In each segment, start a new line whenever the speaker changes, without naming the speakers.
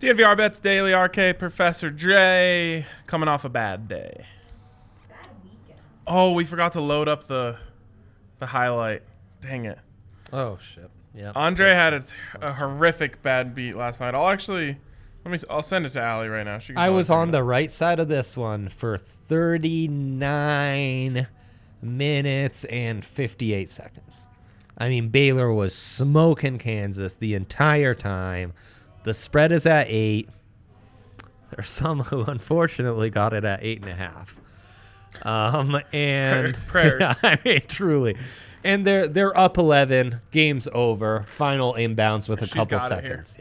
DNVR bets daily RK Professor Dre coming off a bad day.
Bad weekend.
Oh, we forgot to load up the the highlight. Dang it.
Oh shit. Yeah.
Andre had a, a horrific bad beat last night. I'll actually let me s- I'll send it to Allie right now. She can
I
probably
was
bring
on
it
the
up.
right side of this one for 39 minutes and 58 seconds. I mean, Baylor was smoking Kansas the entire time. The spread is at eight. There are some who unfortunately got it at eight and a half. Um, and
prayers.
I mean, truly. And they're they're up eleven. Game's over. Final inbounds with a
She's
couple
got it here.
seconds.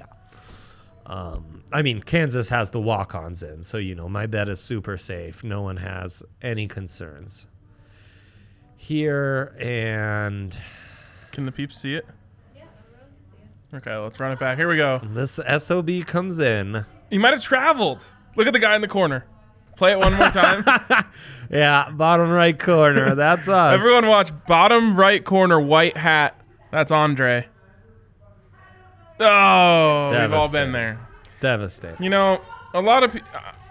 Yeah. Um, I mean, Kansas has the walk-ons in, so you know my bet is super safe. No one has any concerns here, and
Can the peeps see it?
Yeah, everyone can see it.
Okay, let's run it back. Here we go.
this sob comes in.
He might have traveled. Look at the guy in the corner. Play it one more time.
Yeah, bottom right corner. That's us.
Everyone watch bottom right corner white hat. That's Andre. Oh, we've all been
Devastating.
there.
devastated.
You know, a lot of pe-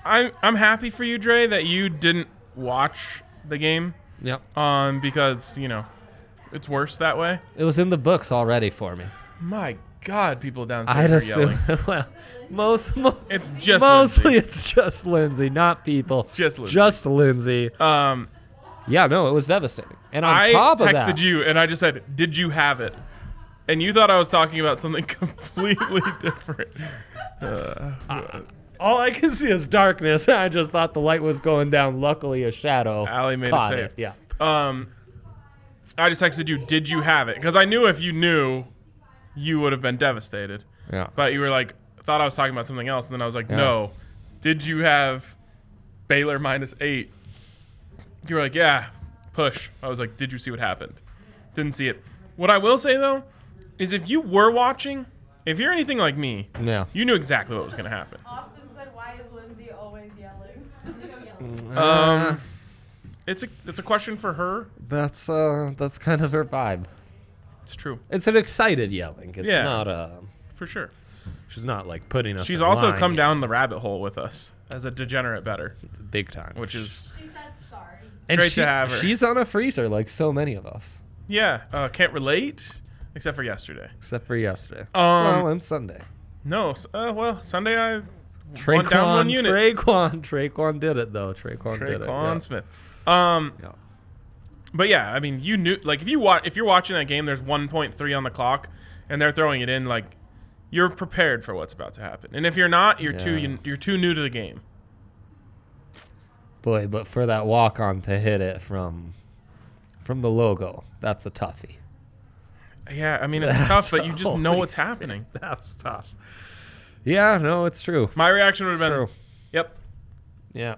I I'm happy for you, Dre, that you didn't watch the game
Yep,
um because, you know, it's worse that way.
it was in the books already for me.
My god, people downstairs
I'd
are
assume.
yelling.
well, most, mo-
It's just
mostly
Lindsay.
it's just Lindsay, not people.
It's just Lindsay.
Just Lindsay.
Um
Yeah, no, it was devastating. And on
I
top of
texted
that,
you and I just said, "Did you have it?" And you thought I was talking about something completely different.
all I can see is darkness. I just thought the light was going down. Luckily, a shadow.
Allie made a
caught
save.
it. Yeah.
Um, I just texted you, "Did you have it?" Because I knew if you knew, you would have been devastated.
Yeah.
But you were like, thought I was talking about something else, and then I was like, no. Did you have Baylor minus eight? You were like, yeah, push. I was like, did you see what happened? Didn't see it. What I will say though is, if you were watching, if you're anything like me,
Yeah.
you knew exactly what was going to happen.
Austin said, "Why is Lindsay always yelling?"
Mm.
Um, it's a it's a question for her.
That's uh, that's kind of her vibe.
It's true
It's an excited yelling. It's
Yeah.
not a.
for sure.
She's not like putting us.
She's
in
also
line
come down the rabbit hole with us as a degenerate better,
big time,
which is
She said, "Sorry."
and
great
she-
to have her.
She's on a freezer like so many of us,
yeah uh, can't relate except for yesterday.
except for yesterday. Um,
Um,
well, and Sunday.
No, s- uh, well Sunday I
Traquan,
down, one unit.
Traquan, Traquan did it though. Traquan, did it.
Traquan
yeah.
Smith. Um,
Yeah.
but yeah, I mean you knew like if you watch if you're watching that game, there's 1.3 on the clock, and they're throwing it in like you're prepared for what's about to happen, and if you're not, you're
Yeah.
too you're too new to the game.
Boy, but for that walk on to hit it from from the logo, that's a toughie.
Yeah, I mean it's
That's
tough, but you just know
holy
what's happening.
That's tough. Yeah, no, it's true.
My reaction would have
It's
been,
true.
"Yep,
Yeah.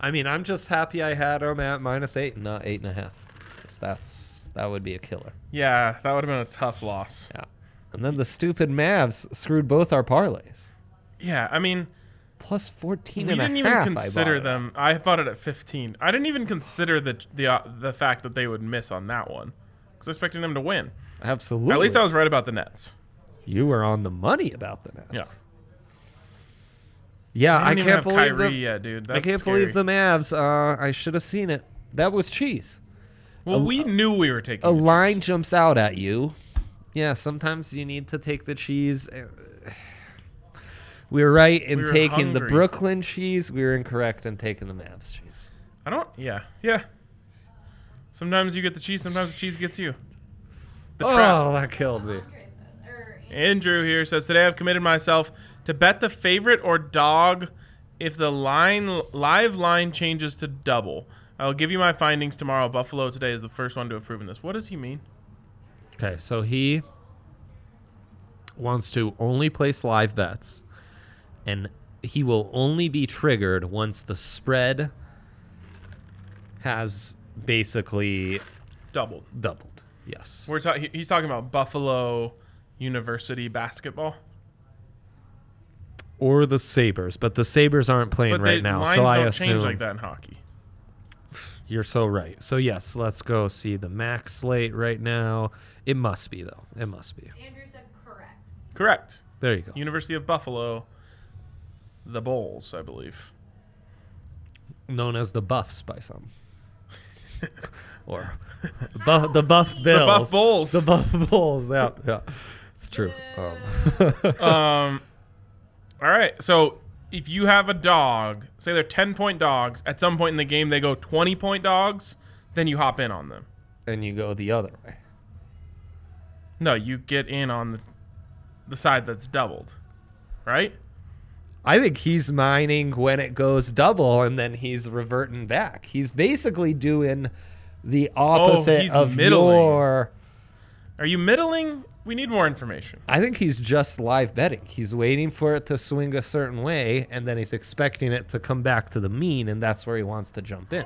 I mean, I'm just happy I had him at minus eight and not eight and a half. 'Cause that's that would be a killer.
yeah, that would have been a tough loss."
Yeah. And then the stupid Mavs screwed both our parlays.
Yeah, I mean.
Plus 14
We
and a
didn't even
half, I
consider
bought it.
them. I bought it at 15. I didn't even consider the the uh, the fact that they would miss on that one because I expected them to win.
Absolutely.
At least I was right about the Nets.
You were on the money about the Nets.
Yeah.
Yeah,
I
I
didn't even
can't
have
believe
Kyrie
them.
yet, dude.
I
That's
can't
scary.
believe the Mavs. Uh, I should have seen it. That was cheese.
Well, we knew we were taking
A
the
line
Chiefs.
jumps out at you. Yeah, sometimes you need to take the cheese. We were right in
We were
taking the
hungry.
Brooklyn cheese. We were incorrect in taking the Mavs cheese.
I don't. Yeah, yeah. Sometimes you get the cheese. Sometimes the cheese gets you. The trap.
Oh, that killed me.
Andre said, or
Andrew here says today I've committed myself to bet the favorite or dog if the line live line changes to double. I will give you my findings tomorrow. Buffalo today is the first one to have proven this. What does he mean?
Okay, so he wants to only place live bets, and he will only be triggered once the spread has basically
Doubled.
doubled. Yes.
We're ta- he- he's talking about Buffalo University basketball.
Or the Sabres, but the Sabres aren't playing
But
right
they,
now,
lines
so I
don't
assume
change like that in hockey.
you're so right. So, yes, let's go see the max slate right now. It must be, though. It must be.
Andrew said, "Correct."
Correct.
There you go.
University of Buffalo the Bulls, I believe.
known as the Buffs by some, or bu- the Buff Bills,
The Buff Bulls.
the Buff Bulls. Yeah, yeah, it's true. Um,
um, all right. So if you have a dog, say they're 10 point dogs, at some point in the game they go 20 point dogs, then you hop in on them.
and you go the other way.
No, you get in on the, the side that's doubled, right?
I think he's mining when it goes double, and then he's reverting back. He's basically doing the opposite
Oh, he's
of
middling.
your.
Are you middling? We need more information.
I think he's just live betting. He's waiting for it to swing a certain way, and then he's expecting it to come back to the mean, and that's where he wants to jump in.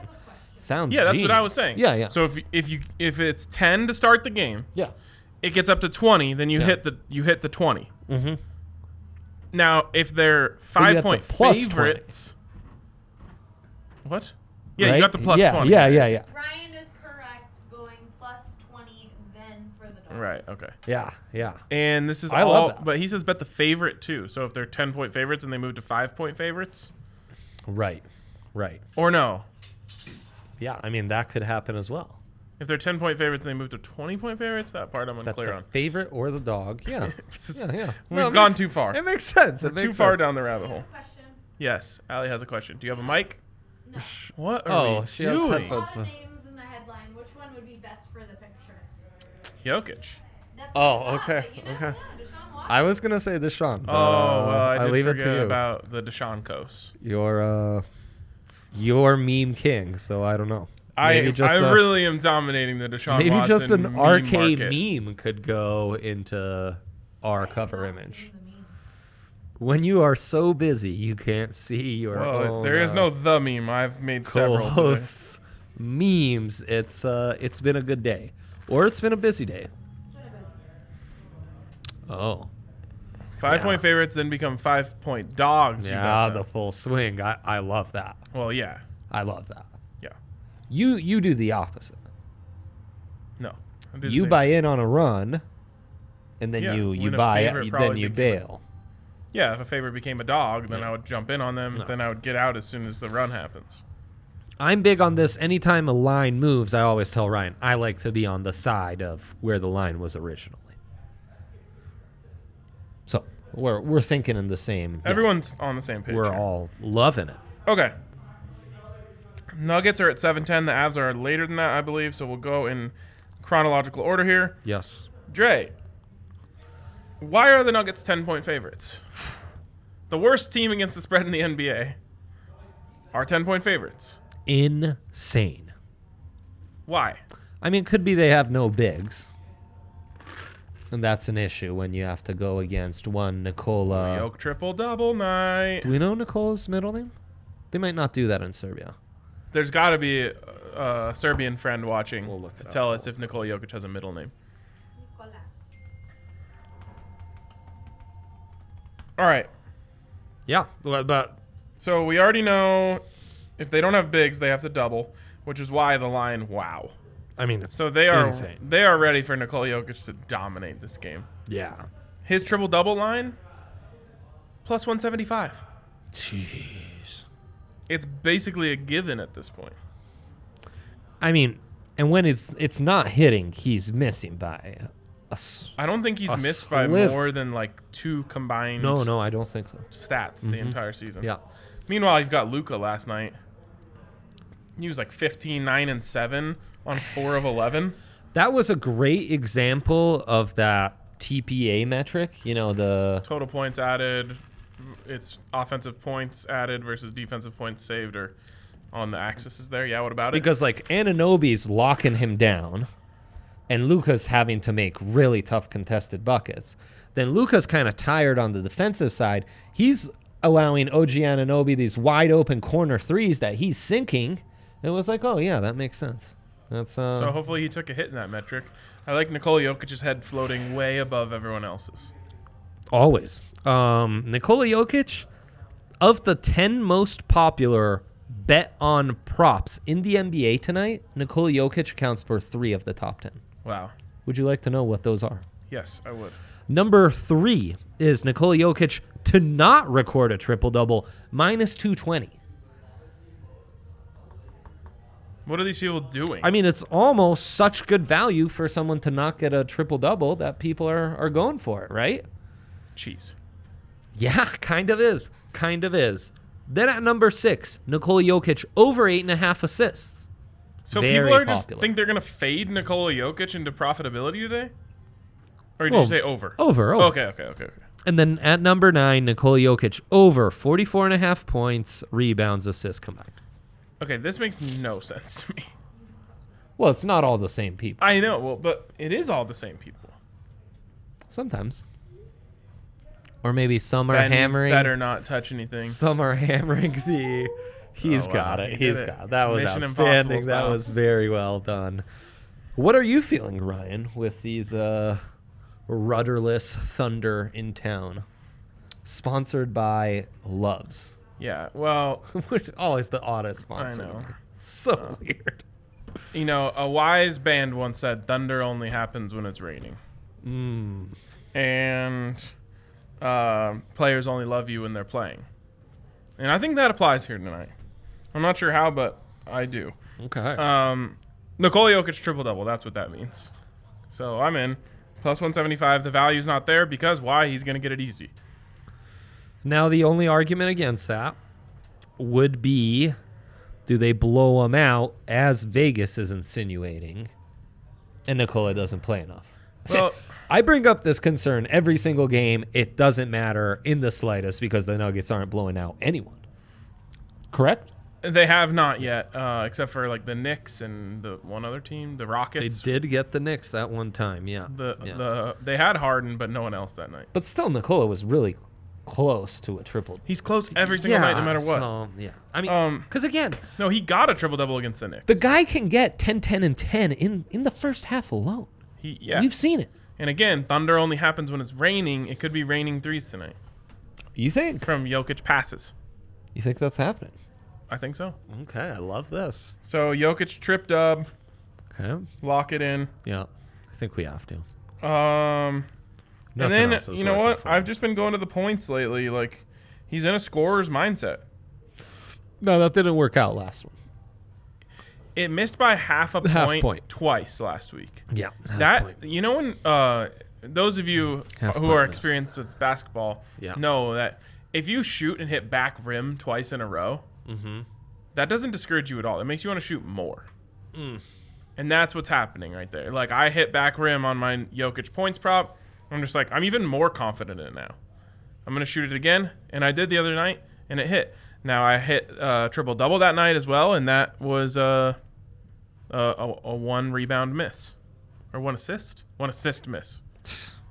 Sounds
Yeah, that's what I was
genius.
saying.
Yeah, yeah.
So if if you if it's 10 to start the game,
yeah.
it gets up to 20, then you
Yeah.
hit the you hit the 20.
Mm-hmm.
Now, if they're
Then you have the
5 point
plus 20.
favorites, what? Yeah, you got the plus
yeah,
20.
Yeah, yeah, yeah,
Ryan is correct. Going plus twenty then for the dog.
Right. Okay.
yeah, yeah.
And this is
I
all,
love that.
but he says bet the favorite too. So if they're ten point favorites and they move to five point favorites,
Right, right.
or no,
Yeah, I mean that could happen as well.
if they're ten point favorites and they move to twenty point favorites, that part I'm
That
unclear
the
on.
favorite or the dog. Yeah,
It's just-
yeah, yeah.
We've
No, it
gone
makes-
too far.
It makes sense. It
We're
makes
too far
sense.
down the rabbit
I
Oh.
have
hole.
a Question.
Yes, Allie has a question. Do you have a mic?
No.
What are
Oh,
we
she has
doing?
A lot
headphones. That's
of
fine.
names in the headline. Which one would be best for the picture?
Jokic.
That's
Oh,
what I thought,
okay,
but you
okay.
never know. Deshaun Watson.
I was gonna say Deshaun.
Oh
But, uh,
well, I,
I
did
leave it
forget
to you.
about the Deshancos.
You're uh, you're meme king. So I don't know.
I
Maybe just
I
a-
really am dominating the Deshaun.
maybe
Watson
just an
meme
RK
market.
meme could go into our cover
Watson
image.
in the meme.
When you are so busy, you can't see your
Whoa,
own.
there is
uh,
no the meme. I've made several. today.
co-hosts memes. It's uh, it's been a good day, or it's been a busy day.
It's been a busy
Oh,
Five
Yeah.
point favorites then become five point dogs. You
yeah,
got
the
them.
full swing. I, I love that.
well, yeah,
I love that.
yeah.
You you do the opposite.
No, I did the
You
same.
buy in on a run, and then
Yeah,
you you
when a
buy
favorite
it, then
probably
you
became a-
bail.
Yeah, if a favorite became a dog, then
Yeah.
I would jump in on them.
No.
Then I would get out as soon as the run happens.
I'm big on this. Anytime a line moves, I always tell Ryan I like to be on the side of where the line was originally. So we're we're thinking in the same. yeah,
Everyone's on the same page.
we're
here.
all loving it.
okay. Nuggets are at seven ten. The Avs are later than that, I believe. So we'll go in chronological order here.
Yes.
Dre, why are the Nuggets ten point favorites? The worst team against the spread in the NBA are ten point favorites.
insane.
Why?
I mean, could be they have no bigs. And that's an issue when you have to go against one Nikola.
Yoke triple double night.
Do we know Nikola's middle name? They might not do that in Serbia.
There's got to be a, a Serbian friend watching
We'll look
to
it up.
tell us if Nikola Jokic has a middle name.
Nicola.
All right.
Yeah, but
So we already know if they don't have bigs, they have to double, which is why the line wow.
I mean, it's
So they are they are ready for Nikola Jokic to dominate this game.
Yeah.
His triple double line plus 175.
Jeez.
It's basically a given at this point.
I mean, and when it's it's not hitting, he's missing by a. s-
I don't think he's
A
missed by
sliver.
more than like two combined
No, no, I don't think so.
stats the entire season.
Yeah.
Meanwhile, you've got Luca last night. He was like 15, 9, and 7 on 4 of 11.
That was a great example of that TPA metric. You know, the
Total points added, it's offensive points added versus defensive points saved or on the axis is there. Yeah, what about it?
because like Ananobi's locking him down, and Luca's having to make really tough contested buckets. Then Luca's kind of tired on the defensive side. He's allowing OG Ananobi these wide open corner threes that he's sinking. It was like, oh yeah, that makes sense. That's uh,
so hopefully he took a hit in that metric. I like Nikola Jokic's head floating way above everyone else's.
always. Um, Nikola Jokic, of the ten most popular bet on props in the NBA tonight, Nikola Jokic accounts for three of the top ten.
Wow.
Would you like to know what those are?
Yes, I would.
Number three is Nikola Jokic to not record a triple double, minus 220.
What are these people doing?
I mean, it's almost such good value for someone to not get a triple double that people are, are going for it, right?
cheese.
Yeah, kind of is. Kind of is. Then at number six, Nikola Jokic over eight and a half assists.
So
Very
people are just
popular.
think they're gonna fade Nikola Jokic into profitability today? Or did
Well, oh,
you say over?
Over, over.
Okay, okay, okay, okay.
And then at number nine, Nikola Jokic over 44 and a half points, rebounds, assists combined.
Okay, this makes no sense to me.
Well, it's not all the same people.
I know, well, but it is all the same people.
Sometimes. Or maybe some are
Ben
hammering.
better not touch anything.
Some are hammering the. He's
Oh, wow,
got
he
it.
did
He's
it.
got it. That was
Mission
outstanding.
Impossible
That
style.
was very well done. What are you feeling, Ryan, with these uh, rudderless thunder in town? Sponsored by Loves,
Yeah. Well,
which always the oddest sponsor.
I know.
So weird.
You know, a wise band once said thunder only happens when it's raining. Uh,
Mm.
And um players only love you when they're playing. And I think that applies here tonight. I'm not sure how, but I do.
Okay.
Um, Nikola Jokic triple double. That's what that means. So I'm in. Plus 175. The value's not there because why? He's going to get it easy.
Now, the only argument against that would be do they blow him out as Vegas is insinuating and Nicola doesn't play enough? So,
Well-
I bring up this concern every single game. It doesn't matter in the slightest because the Nuggets aren't blowing out anyone. Correct?
They have not yet, uh, except for like the Knicks and the one other team, the Rockets.
did get the Knicks that one time, yeah.
The, the they had Harden, but no one else that night.
but still, Nicola was really close to a triple.
He's close every single night, no matter what.
so, yeah. I mean,
Um,
because again,
No, he got a triple double against the Knicks.
The guy can get 10, 10, and 10 in, in the first half alone.
he, yeah.
We've seen it.
and again, thunder only happens when it's raining. It could be raining threes tonight
You think?
from Jokic passes.
You think that's happening?
I think so.
Okay, I love this.
So Jokic trip dub,
Okay.
lock it in.
Yeah. I think we have to.
Um,
Nothing
and
else
then
is
you know
working
what?
for
I've just been going to the points lately. Like he's in a scorer's mindset.
No, that didn't work out last one.
It missed by half a
Half
point,
point.
twice last week.
Yeah.
that you know when uh, those of you
Half
who
point
are
misses.
experienced with basketball
Yeah.
know that if you shoot and hit back rim twice in a row, that doesn't discourage you at all. It makes you want to shoot more. And that's what's happening right there. Like I hit back rim on my Jokic points prop. I'm just like I'm even more confident in it now. I'm gonna shoot it again, and I did the other night, and it hit. Now I hit uh, triple double that night as well, and that was uh, a, a a one rebound miss, or one assist, one assist miss.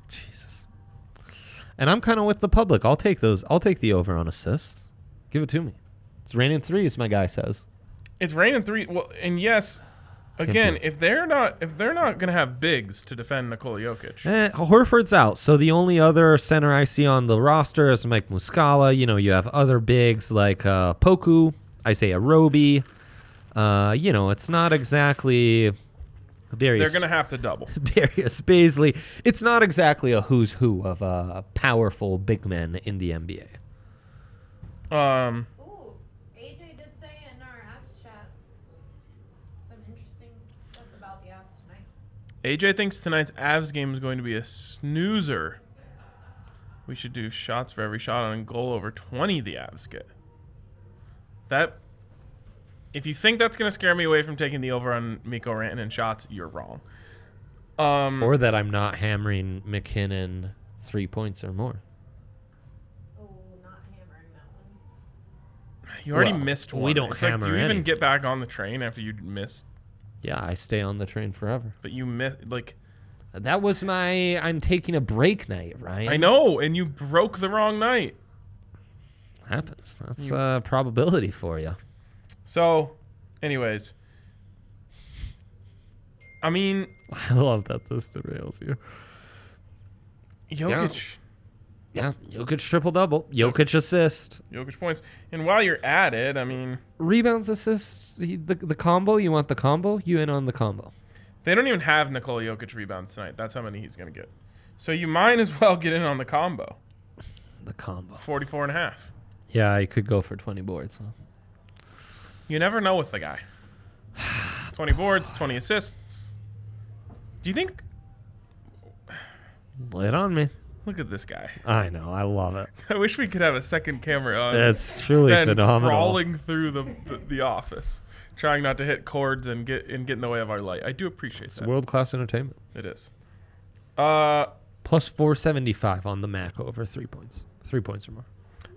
Jesus. And I'm kind of with the public. I'll take those. I'll take the over on assists. Give it to me. It's raining threes, my guy says.
It's raining three. Well, and yes, again, if they're not if they're not gonna have bigs to defend Nikola Jokic,
Eh, Horford's out, so the only other center I see on the roster is Mike Muscala. You know, you have other bigs like uh, Poku, I say Arobi. Uh, you know, it's not exactly
they're
Darius,
gonna have to double.
Darius Baisley. It's not exactly a who's who of uh, powerful big men in the NBA.
Um,
Ooh, AJ did say in our apps chat some interesting stuff about the apps tonight.
AJ thinks tonight's Avs game is going to be a snoozer. We should do shots for every shot on goal over 20 the Avs get. That if you think that's going to scare me away from taking the over on Miko Rantanen and shots, you're wrong. Um
Or that I'm not hammering McKinnon three points or more.
Ooh, not hammering that one.
you already
well,
missed
we
one.
don't
it's like, do you
hammer
even
anything.
get back on the train after you missed
Yeah, I stay on the train forever.
but you missed like
That was my I'm taking a break night, Ryan.
I know and you broke the wrong night.
happens. That's a probability for you.
So, anyways, I mean,
I love that this derails you.
Jokic
Yeah, Jokic triple double, Jokic assist,
Jokic points. And while you're at it, I mean,
rebounds, assists. he- The, the combo you want the combo, you in on the combo.
they don't even have Nikola Jokic rebounds tonight. That's how many he's going to get. So you might as well get in on the combo.
the combo.
44 and a half.
Yeah, I could go for 20 boards. Huh?
You never know with the guy. 20 boards, 20 assists. Do you think.
Lay it on me.
Look at this guy.
I know. I love it.
I wish we could have a second camera on.
That's truly
Ben
phenomenal.
crawling through the, the, the office, trying not to hit cords and get and get in the way of our light. I do appreciate
It's
that.
world class entertainment.
It is. Uh,
Plus 475 on the Mac over three points. Three points or more.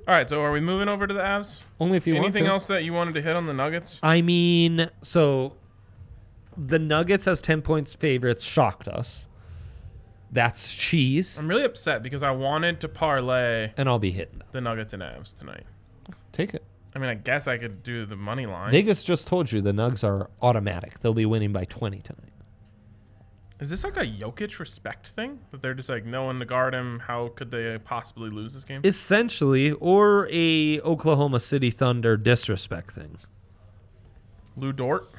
all right. So are we moving over to the Avs?
Only if you want
Anything
to.
else that you wanted to hit on the Nuggets?
I mean, so the Nuggets as 10 points favorites shocked us. That's cheese.
I'm really upset because I wanted to parlay
And I'll be hitting them.
the Nuggets and Avs tonight.
Take it.
I mean, I guess I could do the money line.
Vegas just told you the Nugs are automatic. They'll be winning by 20 tonight.
Is this like a Jokic respect thing that they're just like no one to guard him? How could they possibly lose this game?
Essentially, or a Oklahoma City Thunder disrespect thing.
Lou Dort.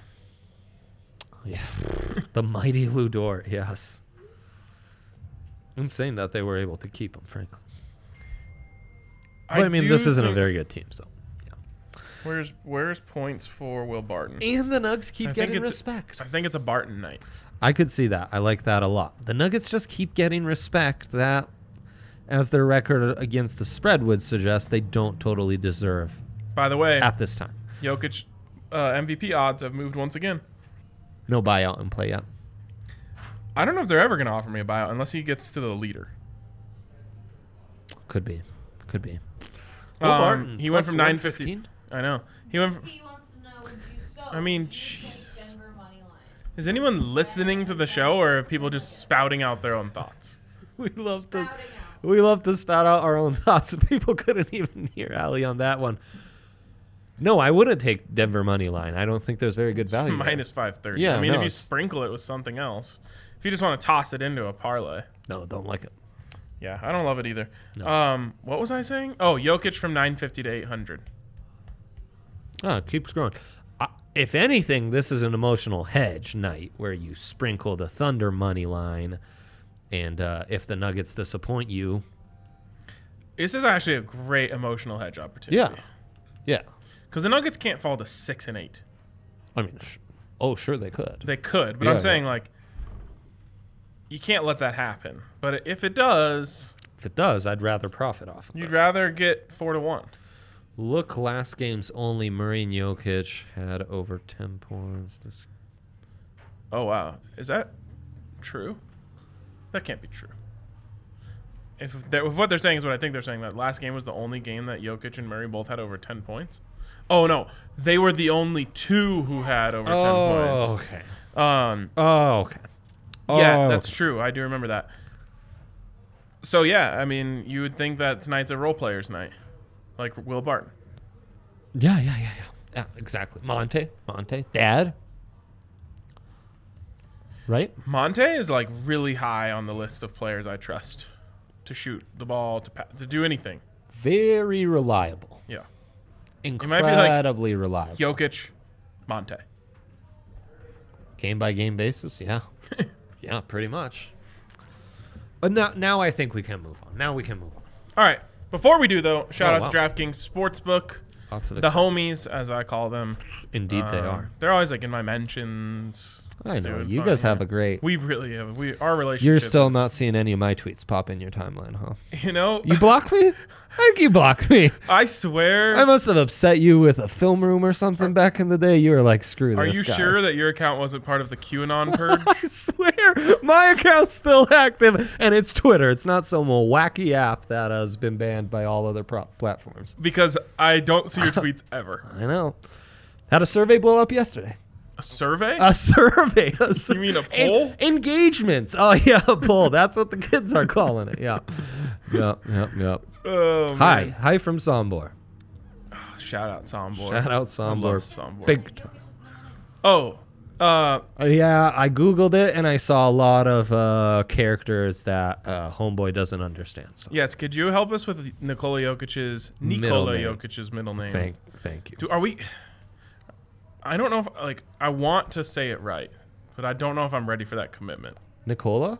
Yeah. the mighty Lou Dort, yes. Insane that they were able to keep him, frankly. But, I, mean,
do
this isn't a
think-
very good team, so.
Where's where's points for Will Barton?
And the Nugs keep
I think
getting
it's-
respect.
I think it's a Barton night.
I could see that. I like that a lot. The Nuggets just keep getting respect that, as their record against the spread would suggest, they don't totally deserve
By the way,
at this time.
Jokic uh, MVP odds have moved once again.
No buyout and play out.
I don't know if they're ever going to offer me a buyout unless he gets to the leader.
Could be. Could be.
Um, he went from 950. I know. He went from,
T wants to know would you so
I mean,
would you take
Jesus.
Denver money line?
Is anyone listening to the show or are people just spouting out their own thoughts?
We love to
Crowding out.
we love to spout out our own thoughts. People couldn't even hear Ali on that one. No, I wouldn't take Denver money line. I don't think there's very good value. there.
Minus 530.
Oh, Yeah,
I mean,
no,
if you
it's-
sprinkle it with something else, if you just want to toss it into a parlay.
No, don't like it.
Yeah, I don't love it either. Um, what was I saying? Oh, Jokic from 950 to 800.
Oh, it keeps growing. I, Uh, if anything, this is an emotional hedge night where you sprinkle the Thunder money line, and uh, if the Nuggets disappoint you,
This is actually a great emotional hedge opportunity.
yeah.
Because the Nuggets can't fall to 6 and 8.
I mean, sh- oh, sure they could.
They could, but
Yeah,
I'm saying like you can't let that happen. But if it does,
If it does, I'd rather profit off. Of
you'd
it.
rather get four to one.
Look, last game's only Murray and Jokic had over ten points. This
Oh wow, is that true? That can't be true. If, that, if what they're saying is what I think they're saying, that last game was the only game that Jokic and Murray both had over ten points. Oh no, they were the only two who had over ten points.
Oh, okay.
Um,
Oh, okay.
Yeah,
Oh,
that's true. I do remember that. So yeah, I mean, you would think that tonight's a role players' night, like Will Barton.
Yeah, yeah, yeah, yeah. Yeah, exactly. Monte, Monte, Dad. Right.
Monte is like really high on the list of players I trust to shoot the ball, to pa- to do anything.
Very reliable.
Yeah, might be like-
incredibly reliable.
Jokic, Monte.
Game by game basis, yeah. yeah, pretty much. But now, now I think we can move on. Now we can move on.
All right. Before we do though, shout
Oh,
out to
wow.
DraftKings Sportsbook,
Lots of
the homies as I call them.
Indeed, they
Um,
are.
They're always like in my mentions.
I know
doing
you
fun
guys
here.
have a great.
We really have. We our relationship.
You're still
is-
not seeing any of my tweets pop in your timeline, huh?
You know.
You blocked me. I think you blocked me.
I swear.
I must have upset you with a film room or something back in the day. You were like, "Screw
Are
this."
you
guy.
sure that your account wasn't part of the QAnon purge?
I swear, my account's still active, and it's Twitter. It's not some wacky app that has been banned by all other pro- platforms.
because I don't see your tweets ever.
I know. Had a survey blow up yesterday.
A survey?
A survey. A sur-
You mean a
en-
poll?
engagements. Oh yeah, a poll. That's what the kids are calling it. Yeah. Yep. Yep. Yep.
oh,
Hi.
man.
Hi from Sombor.
Shout out Sombor.
Shout out
I love
Sombor.
Sombor.
Big.
Jokic
Time.
is number nine.
Oh, uh,
Uh, Yeah, I googled it and I saw a lot of uh, characters that uh, Homeboy doesn't understand. So
yes. Could you help us with Nikola Jokic's Nikola
Middle name.
Jokic's middle name?
thank thank you.
Do are we? I don't know if like I want to say it right, but I don't know if I'm ready for that commitment.
Nicola.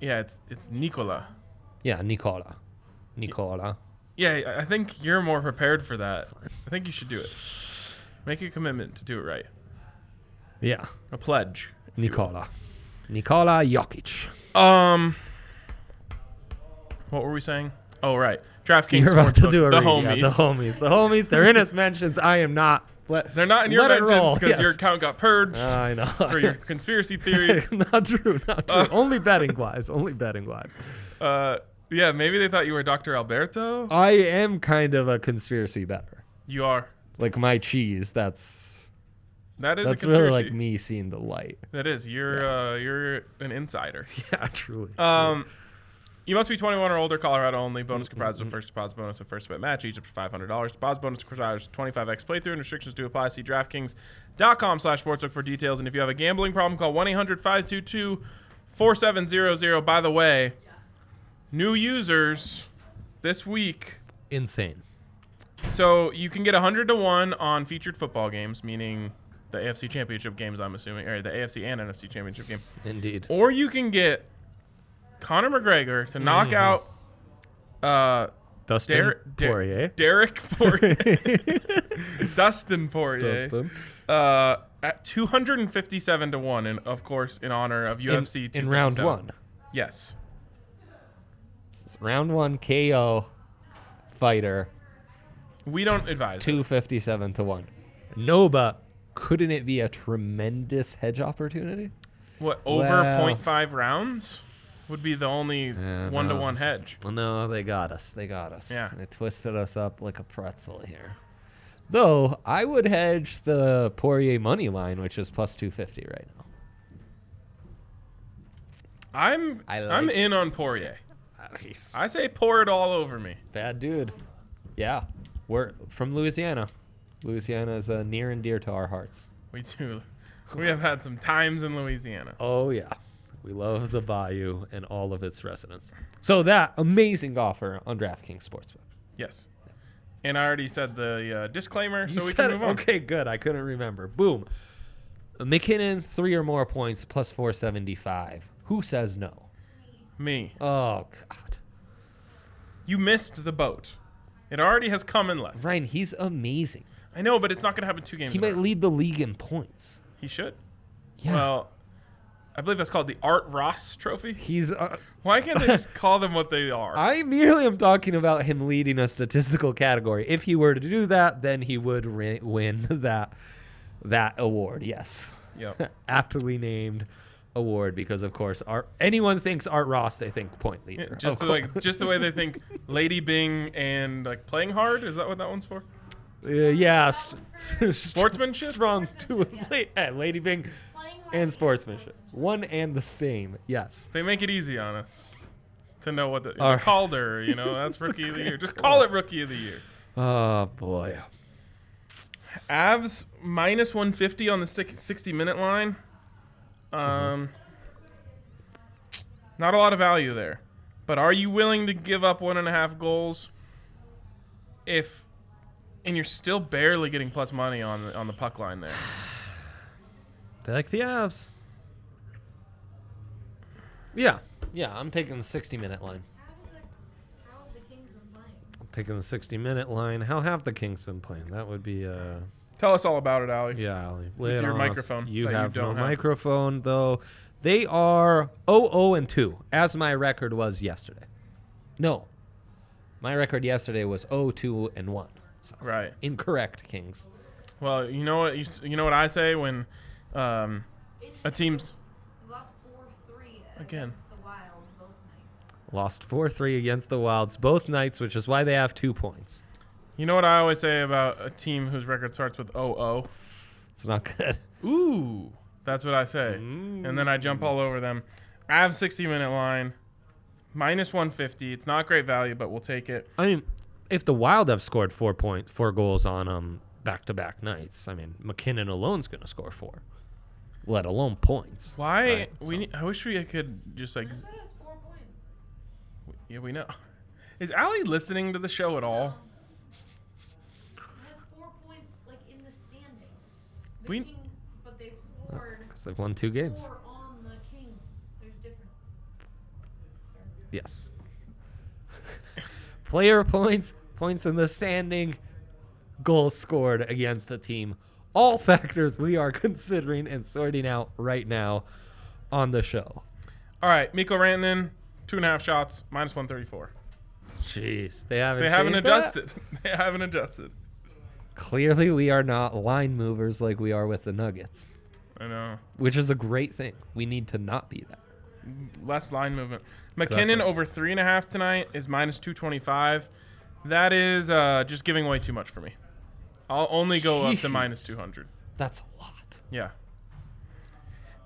Yeah, it's it's Nikola.
Yeah, Nicola. Nicola.
Yeah, I- I think you're more prepared for that. I think you should do it. Make a commitment to do it right.
Yeah.
A pledge. if you
Nikola. Nikola Jokic.
will. Um. What were we saying? Oh right, DraftKings.
You're about to
Sportsbook,
do it.
the
read.
homies.
Yeah, the homies. The homies. They're in his mentions. I am not. Let,
They're not in your
let it
mentions
roll.
because
Yes. Uh.
your account got purged
I know.
for your conspiracy theories.
not true. Not true.
Uh.
only betting wise. Only betting wise.
Uh, yeah, maybe they thought you were Dr. Alberto.
I am kind of a conspiracy better.
You are.
Like my cheese. That's
That is
that's
a conspiracy.
really like me seeing the light.
That is. You're uh, you're an insider.
Yeah, truly.
Um, you must be 21 or older, Colorado only. Bonus comprised of first deposit bonus and first bet match, each up to $500. Deposit bonus requires 25x playthrough and restrictions do apply. See DraftKings.com slash sportsbook for details. And if you have a gambling problem, call 1-800-522-4700. By the way, new users this week –
Insane.
So you can get 100 to 1 on featured football games, meaning the AFC Championship games, I'm assuming, or the AFC and NFC Championship game.
Indeed.
Or you can get Conor McGregor to knock
Mm-hmm.
out uh,
Dustin
Der- Der- Derek Poirier. Dustin Poirier.
Dustin.
Uh, at 257 to 1, and of course, in honor of
In,
UFC
in round
257.
one.
Yes.
It's round one KO fighter.
We don't advise. it.
257 to 1. Noba, couldn't it be a tremendous hedge opportunity?
What, over
Well.
0.5 rounds would be the only
Yeah,
one to
no.
one hedge.
Well, no, they got us. They got us.
Yeah.
They twisted us up like a pretzel here. Though, I would hedge the Poirier money line, which is plus 250 right now.
I'm
I
I'm
like-
in on Poirier. I say pour it all over me.
Bad dude. Yeah. We're from Louisiana. Louisiana is uh, near and dear to our hearts.
We do. We have had some times in Louisiana.
Oh yeah. We love the bayou and all of its residents. So that amazing offer on DraftKings Sportsbook.
Yes. And I already said the uh, disclaimer,
You
so we
said
can
it.
move on.
Okay, good. I couldn't remember. Boom. McKinnon, three or more points, plus 475. Who says no?
Me.
Oh, God.
You missed the boat. It already has come and left.
Ryan, he's amazing.
I know, but it's not going to happen two games.
He
in a
might
row.
lead the league in points.
He should.
Yeah.
Well, I believe that's called the Art Ross Trophy.
he's. Uh,
Why can't they just call them what they are?
I merely am talking about him leading a statistical category. If he were to do that, then he would ri win that that award. Yes.
Yep.
aptly named award because of course art anyone thinks art ross they think point leader
Yeah,
Of
Just the,
cour-
like just the way they think Lady Bing and like playing hard. Is that what that one's for?
Uh, yeah s-
Sportsmanship?
strong two yeah, eh, lady bing
Playing hard
and
against
sportsmanship one and the same yes
They make it easy on us to know what the,
All
the
right.
Calder, you know, that's rookie of the year. Just call it rookie of the year.
oh boy
Avs minus 150 on the six- 60 minute line. Um, not a lot of value there. But are you willing to give up one and a half goals if, and you're still barely getting plus money on the, on the puck line there?
they like the avs yeah yeah i'm taking the 60 minute line
How do the- how have the Kings been playing?
i'm taking the 60 minute line how have the kings been playing that would be uh
Tell us all about it, Ali.
Yeah, Ali.
With
Lay it
your
on us.
microphone
You
that you
have no
don't have.
microphone though. They are 0 and 2, as my record was yesterday. No. My record yesterday was 0 2 and 1. So
Right.
incorrect, Kings.
Well, you know what you, s- you know what I say when um,
It's-
a team's
We lost 4-3
Again.
against the Wild both nights.
Lost 4 3 against the Wilds both nights, which is why they have two points.
You know what I always say about a team whose record starts with 00?
It's not good.
Ooh. That's what I say.
Mm.
And then I jump all over them. I have 60 minute line, minus 150. It's not great value, but we'll take it.
I mean, if the Wild have scored four point four goals on um back to back nights, I mean McKinnon alone's going to score four, let alone points.
Why?
Right,
we
so-
need, I wish we could just like. z-
Minnesota's 4 points.
Yeah, we know. Is Allie listening to the show at all?
Um, It has 4 points like in the standing. The
We-
Kings, but they've scored
Because they've won two games.
4 on the Kings. There's difference.
Yes. Player points, points in the standing, goals scored against the team. All factors we are considering and sorting out right now on the show.
All right, Miko Rantanen, two and a half shots, minus 134.
Jeez, they haven't.
They haven't
changed that?
adjusted. They haven't adjusted.
Clearly, we are not line movers like we are with the Nuggets,
I know.
which is a great thing. We need to not be that.
Less line movement. McKinnon
Exactly.
over three and a half tonight is minus 225. That is uh, just giving away too much for me. I'll only go up to
Jeez.
minus 200.
That's a lot.
Yeah.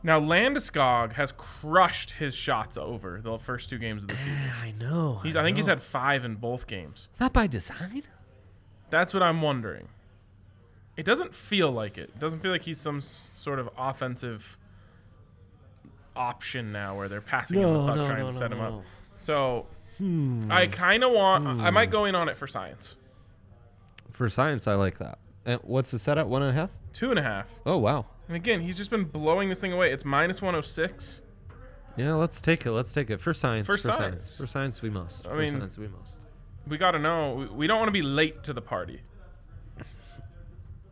Now, Landeskog has crushed his shots over the first two games of the season.
I know.
He's, I think he's
know.
had five in both games.
not by design.
That's what I'm wondering. It doesn't feel like it. It doesn't feel like he's some s- sort of offensive option now where they're passing him the puck trying to set him up. So I kind of want. I might go in on it for science.
For science, I like that. And what's the setup? One and a half.
Two and a half.
Oh wow.
And again, he's just been blowing this thing away. It's minus 106.
Yeah, let's take it. Let's take it for science.
For
For,
science.
science. For science, we must.
I
for
mean-
science, we must.
We got to know. we- We don't want to be late to the party.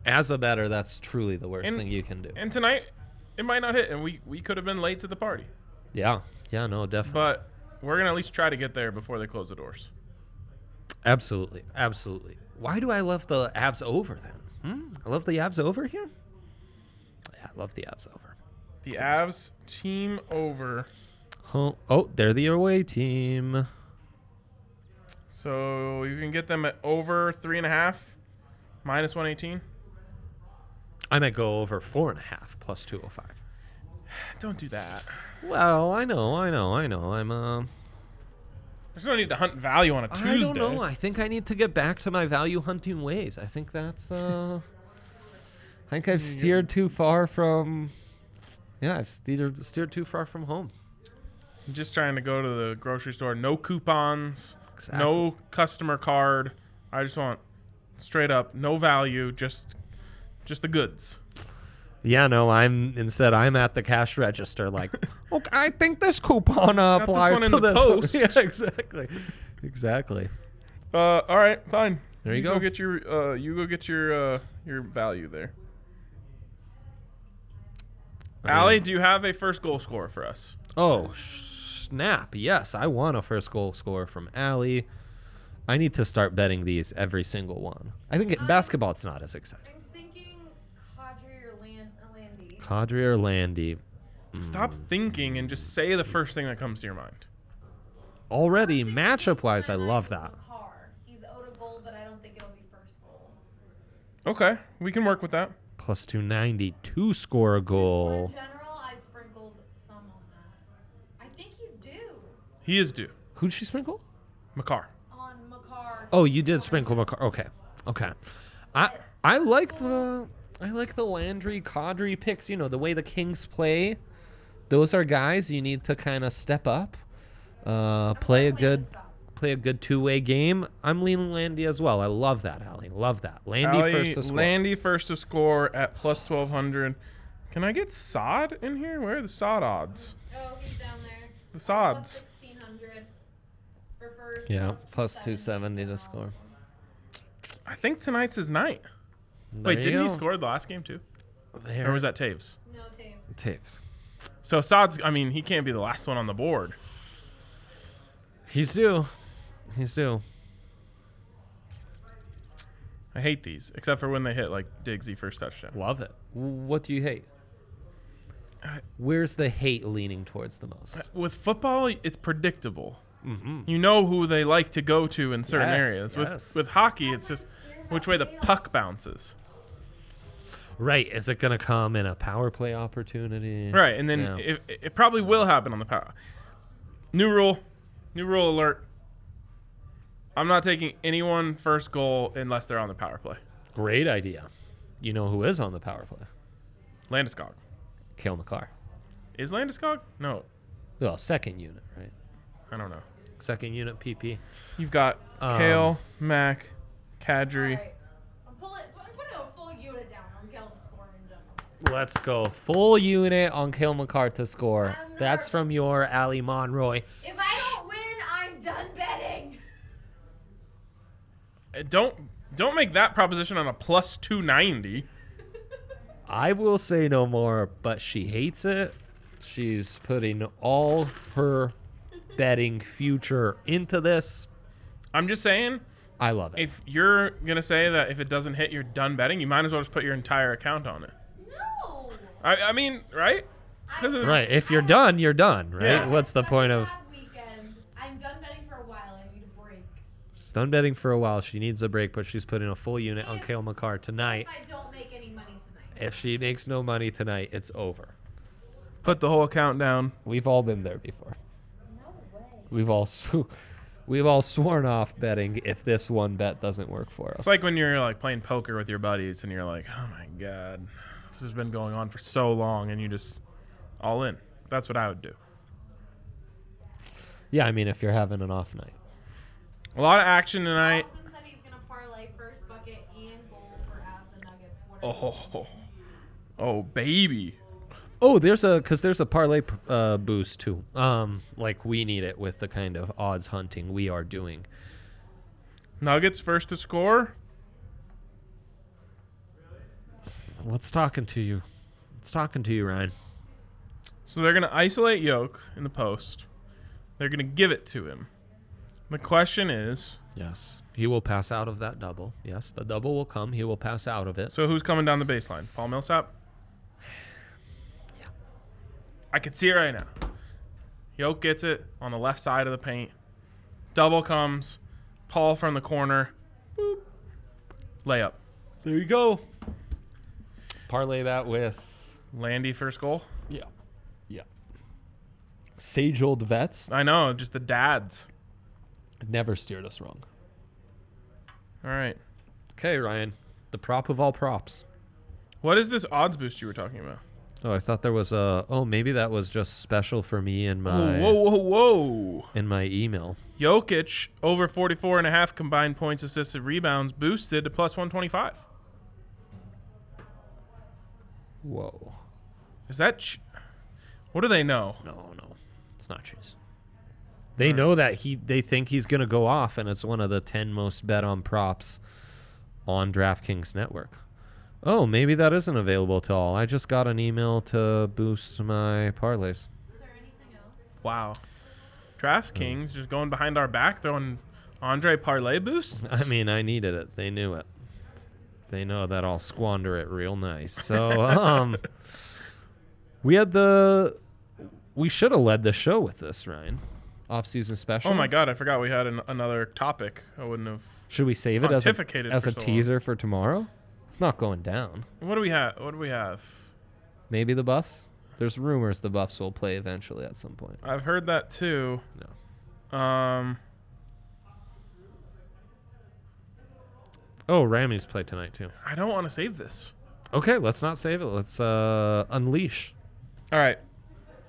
As a better, that's truly the worst
And-
thing you can do.
And tonight, it might not hit, and we, we could have been late to the party.
yeah. Yeah. No. Definitely.
But we're going to at least try to get there before they close the doors.
Absolutely. Absolutely. Why do I love the abs over then? Hmm? I love the abs over here. Yeah, I love the abs over.
The Avs team over.
Oh, oh, they're the away team.
So you can get them at over three and a half, minus 118.
I might go over four and a half plus two oh five.
Don't do that.
Well, I know, I know, I know. I'm um.
There's no need to hunt value on a Tuesday.
I don't know. I think I need to get back to my value hunting ways. I think that's uh I think I've steered too far from Yeah, I've steered steered too far from home.
I'm just trying to go to the grocery store. No coupons,
Exactly.
no customer card. I just want straight up no value, just just the goods.
Yeah, no, I'm instead I'm at the cash register like, "Okay, I think this coupon uh,
this
applies
one in
to
the post."
Yeah, exactly. Exactly.
Uh, all right, fine.
There you
go.
go.
Get your uh, you go get your uh, your value there. Allie, do you have a first goal scorer for us?
Oh, sh- snap. Yes, I want a first goal score from Allie. I need to start betting these every single one. I think it, basketball's not as exciting.
I'm thinking Kadri or Lan- uh, Landy.
Kadri or Landy.
Stop
Hmm.
thinking and just say the first thing that comes to your mind.
Already,
Thinking
matchup wise, I
Kyle
love that.
Makar. He's owed a goal, but I don't think it'll be first goal.
Okay, we can work with that.
Plus 290 to score a
Or
goal.
in general, I sprinkled some on that. I think he's due
He is due.
Who'd she sprinkle?
Makar.
on Makar.
Oh, you did sprinkle McCar. Okay. Okay. I I like the I like the Landry Cadre picks, you know, the way the Kings play. Those are guys you need to kind of step up. Uh, play a good play a good two-way game. I'm leaning Landy as well. I love that, Allie. Love that. Landy
Allie,
first to score.
Landy first to score at plus 1200. Can I get Sod in here? Where are the Sod odds?
Oh, he's down there.
The
Plus
Sods.
1600 for first.
Yeah, plus 270 to score.
I think tonight's his night.
There
Wait,
you
didn't he
go.
score the last game too?
There.
Or was that Taves?
No tapes.
tapes?
So Sod's, I mean, he can't be the last one on the board.
He's due. He's due.
I hate these, except for when they hit like Diggsy first touchdown.
Love it. What do you hate? Where's the hate leaning towards the most?
With football, it's predictable. You know who they like to go to in certain
Mm-hmm. Yes,
areas. With
yes.
with hockey, it's just which way the puck bounces.
Right. Is it going to come in a power play opportunity?
Right, and then
Yeah.
it, it- it probably will happen on the power. New rule, new rule alert. I'm not taking anyone first goal unless they're on the power play.
Great idea. You know who is on the power play?
Landeskog.
Kale McCarr.
Is Landeskog? No,
Well, second unit, right?
I don't know.
Second unit PP.
You've got
Um,
Kale, Mac, Kadri.
Alright. I'm pulling, I'm putting a full unit down on Gale to score in general.
Let's go. Full unit on Kale McCarr to score.
I'm
That's
nervous.
from your Ali Monroy.
If I don't win, I'm done betting.
Uh, Don't don't make that proposition on a plus two ninety.
I will say no more, but she hates it. She's putting all her betting future into this.
I'm just saying,
I love it.
if you're gonna say that if it doesn't hit, you're done betting. You might as well just put your entire account on it.
No.
I, I mean, right? 'Cause it's-
Right. If you're done, you're done, right?
Yeah.
What's the
Such a
point of
bad Weekend. I'm done betting for a while. I need a break.
she's done betting for a while? She needs a break, but she's putting a full unit on
If-
Kale McCarr tonight.
If I don't make any money tonight.
If she makes no money tonight, it's over.
Put the whole account down.
We've all been there before.
No way.
We've all sw- we've all sworn off betting if this one bet doesn't work for us.
It's like when you're like playing poker with your buddies and you're like, oh my god, this has been going on for so long, and you just all in. That's what I would do.
yeah, I mean if you're having an off night.
A lot of action tonight.
Austin said he's gonna parlay first bucket and bowl for abs and nuggets. What are
Oh,
you-
oh, baby.
Oh, there's a because there's a parlay p- uh, boost too. Um, like we need it with the kind of odds hunting we are doing.
Nuggets first to score.
What's talking to you? It's talking to you, Ryan.
So they're going to isolate Yoke in the post. They're going to give it to him. The question is
Yes, he will pass out of that double. Yes, the double will come. He will pass out of it.
so who's coming down the baseline? Paul Millsap? I can see it right now. Yoke gets it on the left side of the paint. Double comes. Paul from the corner. Boop. Layup.
There you go. Parlay that with
Landy first goal.
yeah, yeah. Sage old vets
I know, just the dads.
never steered us wrong.
All right.
Okay, Ryan, the prop of all props.
What is this odds boost you were talking about?
Oh, I thought there was a. Oh, maybe that was just special for me and my
Oh, whoa, whoa, whoa.
in my email.
Jokic over 44 and a half combined points, assists, and rebounds boosted to plus 125.
Whoa.
Is that ch- What do they know?
No, no, it's not cheese. They know that he. They think he's gonna go off, and it's one of the ten most bet on props on DraftKings Network. Oh, maybe that isn't available to all. I just got an email to boost my parlays.
Is there anything else?
Wow.
Mm.
DraftKings just going behind our back throwing Andre parlay boosts.
I mean, I needed it. They knew it. They know that I'll squander it real nice. So, um, we had the. We should have led the show with this, Ryan. Off-season special.
oh my god, I forgot we had an- another topic. I wouldn't have.
Should we save it as
Pontificated
a, as
for
a
so long.
teaser for tomorrow? It's not going down.
What do we have? What do we have?
Maybe the Buffs. There's rumors the Buffs will play eventually at some point.
I've heard that too. No. Um.
Oh, Rammies play tonight too.
I don't want to save this.
Okay, let's not save it. Let's uh, unleash.
All right.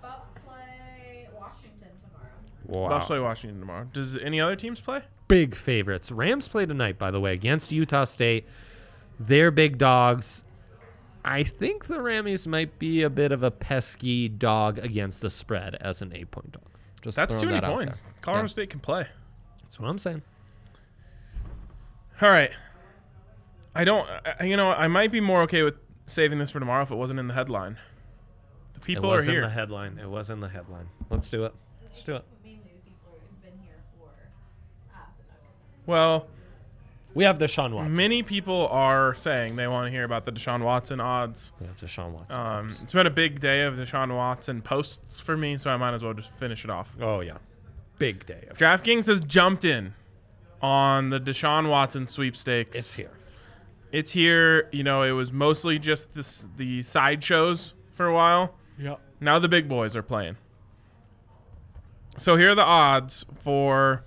Buffs play Washington tomorrow.
Wow.
Buffs play Washington tomorrow. Does any other teams play?
big favorites. Rams play tonight, by the way, against Utah State. They're big dogs. I think the Rammies might be a bit of a pesky dog against the spread as an eight point dog. Just
That's too
throwing
many
that out
points.
there.
Colorado
Yeah,
State can play.
that's what I'm saying.
All right. I don't. I, you know, I might be more okay with saving this for tomorrow if it wasn't in the headline. The people
it
are
was in
here.
the headline. It was in the headline. Let's do it. Let's do it.
Mainly the people who've been here for abs and nuggets.
well,
We have Deshaun Watson.
many people are saying they want to hear about the Deshaun Watson odds.
we have Deshaun Watson.
Um,
props.
it's been a big day of Deshaun Watson posts for me, so I might as well just finish it off.
oh yeah, big day. of-
DraftKings has jumped in on the Deshaun Watson sweepstakes.
It's here.
It's here. You know, it was mostly just this, the sideshows for a while.
Yep.
Now the big boys are playing. So here are the odds for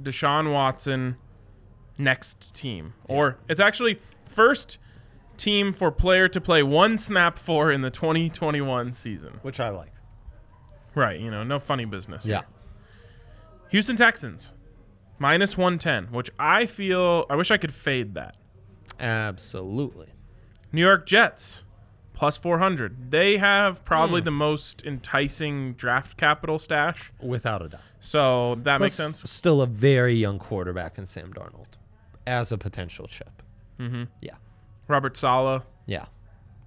Deshaun Watson next team. Or it's actually first team for player to play one snap for in the 2021 season.
Which I like.
Right, you know, no funny business.
Yeah.
here. Houston Texans minus 110, which I feel I wish I could fade that.
Absolutely.
New York Jets plus 400. They have probably the most enticing draft capital stash.
Without a doubt.
So that makes
Plus,
sense.
Still a very young quarterback in Sam Darnold. as a potential chip.
Mhm.
Yeah.
Robert Sala,
Yeah.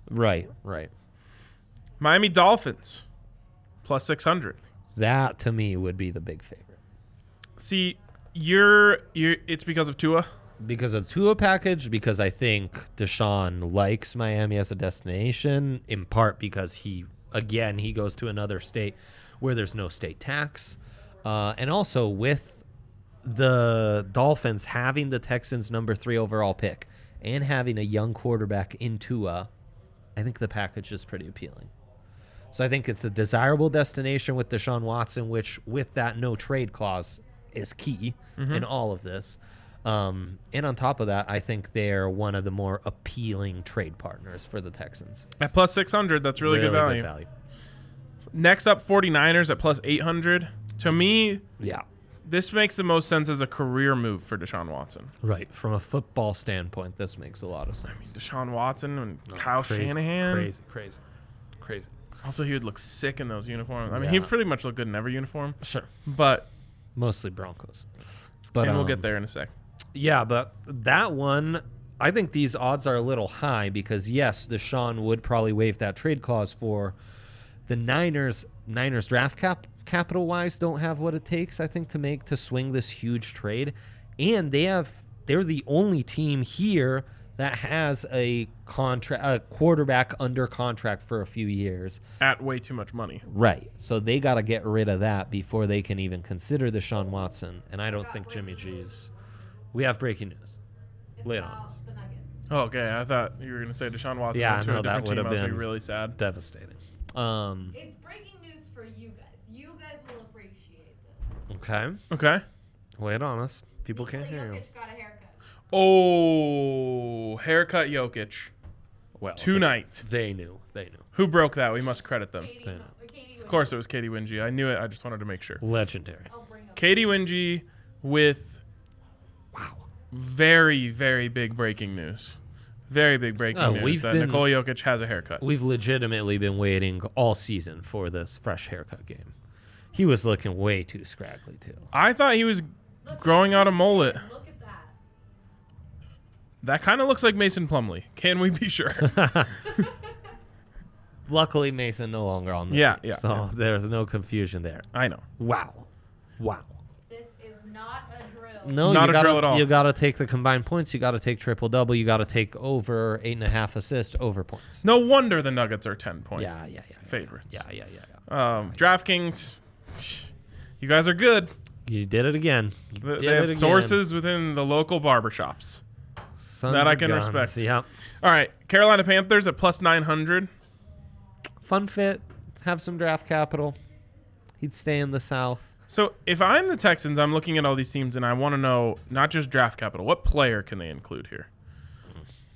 Right. Right.
Miami Dolphins, plus 600.
That to me would be the big favorite
See, you're you're it's because of Tua.
because of Tua package. Because I think Deshaun likes Miami as a destination in part because he again he goes to another state where there's no state tax, uh, and also with the Dolphins having the Texans number three overall pick and having a young quarterback in Tua, I think the package is pretty appealing. So I think it's a desirable destination with Deshaun Watson, which with that no trade clause is key
Mm-hmm.
in all of this. Um, and on top of that, I think they're one of the more appealing trade partners for the Texans.
At plus 600, that's really, good, value. Next up 49ers at plus 800. To me,
Yeah.
this makes the most sense as a career move for Deshaun Watson.
Right. From a football standpoint, this makes a lot of sense.
Deshaun Watson and
Oh,
Kyle
Crazy,
Shanahan.
Crazy, crazy, crazy.
Also, he would look sick in those uniforms. I mean, he
Yeah.
pretty much looked good in every uniform.
Sure.
But
Mostly Broncos. But
and we'll
um,
get there in a sec.
Yeah, but that one, I think these odds are a little high because yes, Deshaun would probably waive that trade clause for the Niners. Niners draft cap capital wise don't have what it takes, I think, to make to swing this huge trade, and they have they're the only team here that has a contract a quarterback under contract for a few years.
At way too much money.
Right. So they got to get rid of that before they can even consider the Deshaun Watson. And I don't think Jimmy G's. We have breaking news.
It's
Lay it on
about
us.
the Nuggets.
Oh, okay. I thought you were gonna say Deshaun Watson
Yeah,
went to
I know,
a
that
different team.
would have
That would be
been-
really sad.
Devastating. Um.
It's breaking news for you guys. You guys will appreciate this.
Okay.
Okay.
Lay it on us. People can't
Nikola
hear you.
Jokic got a haircut.
Oh, haircut Jokic
Well,
tonight.
They, they knew. They knew.
Who broke that? We must credit them.
Katie,
Damn.
Mo- Katie
Of course, it was Katie Wingy. I knew it. I just wanted to make sure.
Legendary.
I'll bring up.
Katie Wingy with
Wow.
very, very big breaking news. Very big breaking
Oh,
news
we've
that
been-
Nicole Jokic has a haircut.
We've legitimately been waiting all season for this fresh haircut game. He was looking way too scraggly too.
I thought he was
Look-
growing out a mullet.
Look at that.
That kind of looks like Mason Plumley. Can we be sure?
Luckily, Mason no longer on the
Yeah,
team,
yeah,
so
yeah.
there's no confusion there.
I know.
Wow. Wow.
This is not a drill.
No,
Not
you
a
gotta,
drill at all.
You got to take the combined points. You got to take triple double. You got to take over eight and a half assists over points.
No wonder the Nuggets are 10 point
Yeah, yeah, yeah.
favorites.
Yeah, yeah, yeah, yeah.
Um, DraftKings, you guys are good.
You did it again. You
Th-
did
They have
it again.
sources within the local barbershops.
Sons
that I
of
can
guns.
respect.
Yep.
All right, Carolina Panthers at plus 900.
Fun fit. Have some draft capital. He'd stay in the South.
So if I'm the Texans, I'm looking at all these teams and I want to know not just draft capital, what player can they include here?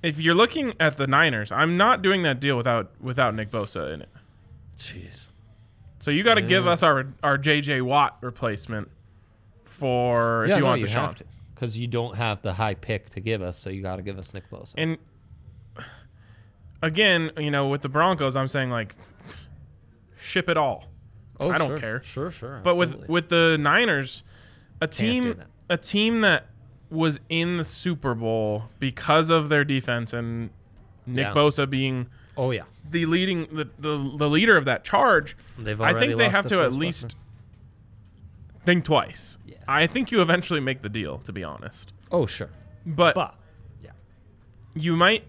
If you're looking at the Niners, I'm not doing that deal without without Nick Bosa in it.
Jeez.
So you got to give
Yeah.
us our our JJ Watt replacement for if
yeah,
you
no,
want
you
Deshaun.
have to. Because you don't have the high pick to give us, so you got to give us Nick Bosa.
And again, you know, with the Broncos, I'm saying like ship it all.
oh,
I don't
sure.
care.
Sure, sure.
But with
absolutely.
with the Niners, a
do
team
that.
a team that was in the Super Bowl because of their defense and Nick
Yeah.
Bosa being
oh yeah,
the leading the, the, the leader of that charge,
they've.
I
Already
think they
lost
have
the
to at
first
least
round.
think twice.
Yeah.
I think you eventually make the deal, to be honest.
Oh sure,
But,
but
you might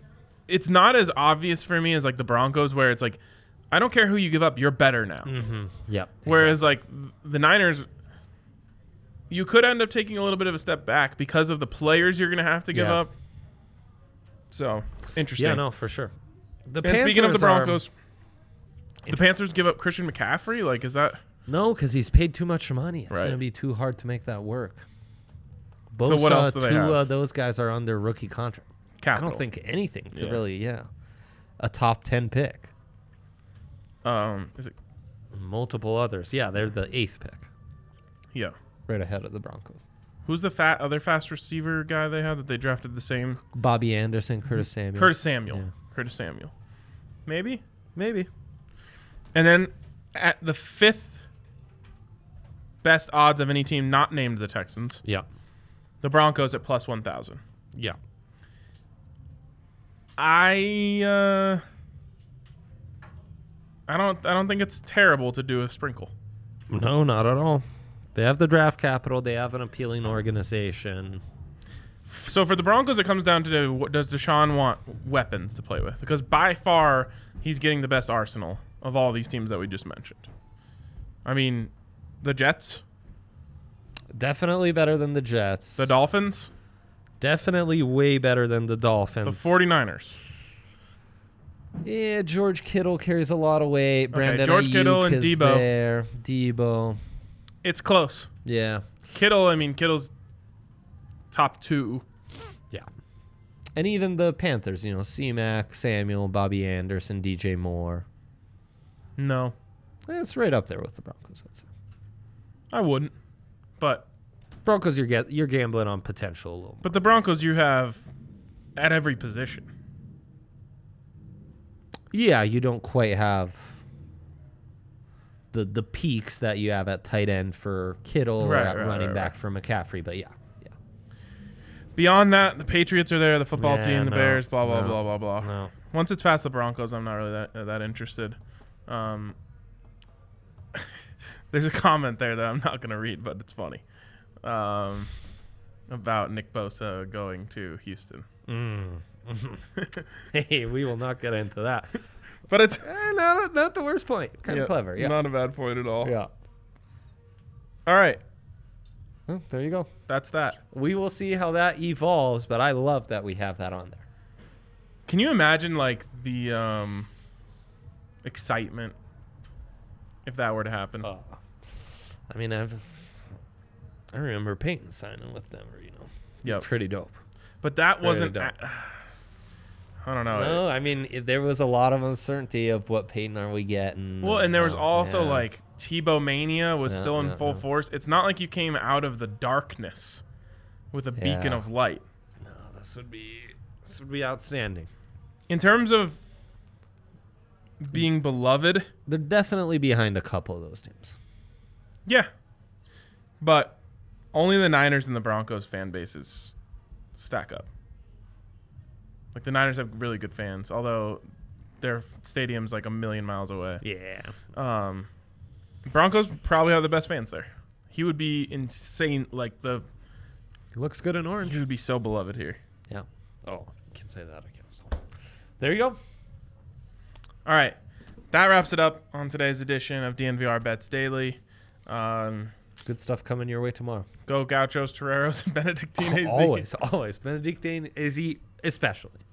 it's not as obvious for me as like the Broncos where it's like I don't care who you give up, you're better now.
Mm-hmm. yep.
Whereas like th- the Niners, you could end up taking a little bit of a step back because of the players you're going to have to give
Yeah.
up. So interesting.
yeah, no, for sure. The
And speaking of the
Panthers are- um,
Broncos, the Panthers give up Christian McCaffrey. Like, is that
no, because he's paid too much money. It's
Right.
going to be too hard to make that work. Bosa,
So what else do they
Tua,
have?
those guys are under rookie contract. I
capital?
don't think anything to
Yeah.
really, yeah. A top 10 pick.
Um, is it?
Multiple others. Yeah, they're the eighth pick,
Yeah.
right ahead of the Broncos.
Who's the fat other fast receiver guy they had that they drafted the same?
Bobby Anderson, Mm-hmm. Curtis Samuel.
Curtis Samuel.
Yeah.
Curtis Samuel. Maybe.
Maybe.
And then at the fifth best odds of any team not named the Texans,
Yeah.
the Broncos at plus one thousand. Yeah. I uh, I don't I don't think it's terrible to do a sprinkle.
No, not at all. They have the draft capital. They have an appealing organization.
So for the Broncos, it comes down to what does Deshaun want weapons to play with? Because by far he's getting the best arsenal of all these teams that we just mentioned. I mean, the Jets,
Definitely better than the Jets.
the Dolphins,
Definitely way better than the Dolphins.
the 49ers.
yeah, George Kittle carries a lot of weight. Brandon
George
Ayuk
Kittle and
is
Debo.
there. Debo.
It's close.
Yeah.
Kittle, I mean Kittle's top 2.
Yeah. And even the Panthers, you know, C Mac, Samuel, Bobby Anderson, DJ Moore.
No,
It's right up there with the Broncos. I'd say.
I wouldn't. But
Broncos, you're get, you're gambling on potential a little. More.
but the Broncos you have at every position.
Yeah, you don't quite have the the peaks that you have at tight end for Kittle or
Right,
at
right,
running
right,
back for McCaffrey. But yeah, yeah.
Beyond that, the Patriots are there, the football
Yeah,
team, the
no,
Bears, blah blah
no,
blah blah blah.
Oh, No.
Once it's past the Broncos, I'm not really that uh, that interested. Um, there's a comment there that I'm not gonna read, but it's funny um, about Nick Bosa going to Houston.
Mm. hey, we will not get into that.
But it's
Eh, not, not the worst point. Kind
yeah,
of clever. Yeah.
not a bad point at all.
yeah.
All right,
Oh, there you go.
that's that.
We will see how that evolves, but I love that we have that on there.
Can you imagine like the um, excitement if that were to happen?
Uh, I mean, I've I remember Peyton signing with Denver. You know,
Yep.
pretty dope.
But that wasn't.
don't.
a- I don't know.
No, I mean it, there was a lot of uncertainty of what Peyton are we getting.
Well, and there was
uh,
also
yeah.
like Tebow mania was
Yeah,
still in
yeah,
full
yeah.
force. It's not like you came out of the darkness with a beacon
Yeah.
of light.
Oh, this would be this would be outstanding.
In terms of being beloved,
They're definitely behind a couple of those teams.
yeah, but only the Niners and the Broncos fan bases stack up. Like the Niners have really good fans, although their stadium's like a million miles away.
Yeah,
Um, Broncos probably have the best fans there. He would be insane. Like the
he looks good in orange.
he would be so beloved here.
Yeah. Oh, I can say that again. So. There you go.
All right, that wraps it up on today's edition of DNVR Bets Daily. Um,
Good stuff coming your way tomorrow.
go Gauchos, Toreros, and Benedictine. AZ.
Always, always. Benedictine is he especially.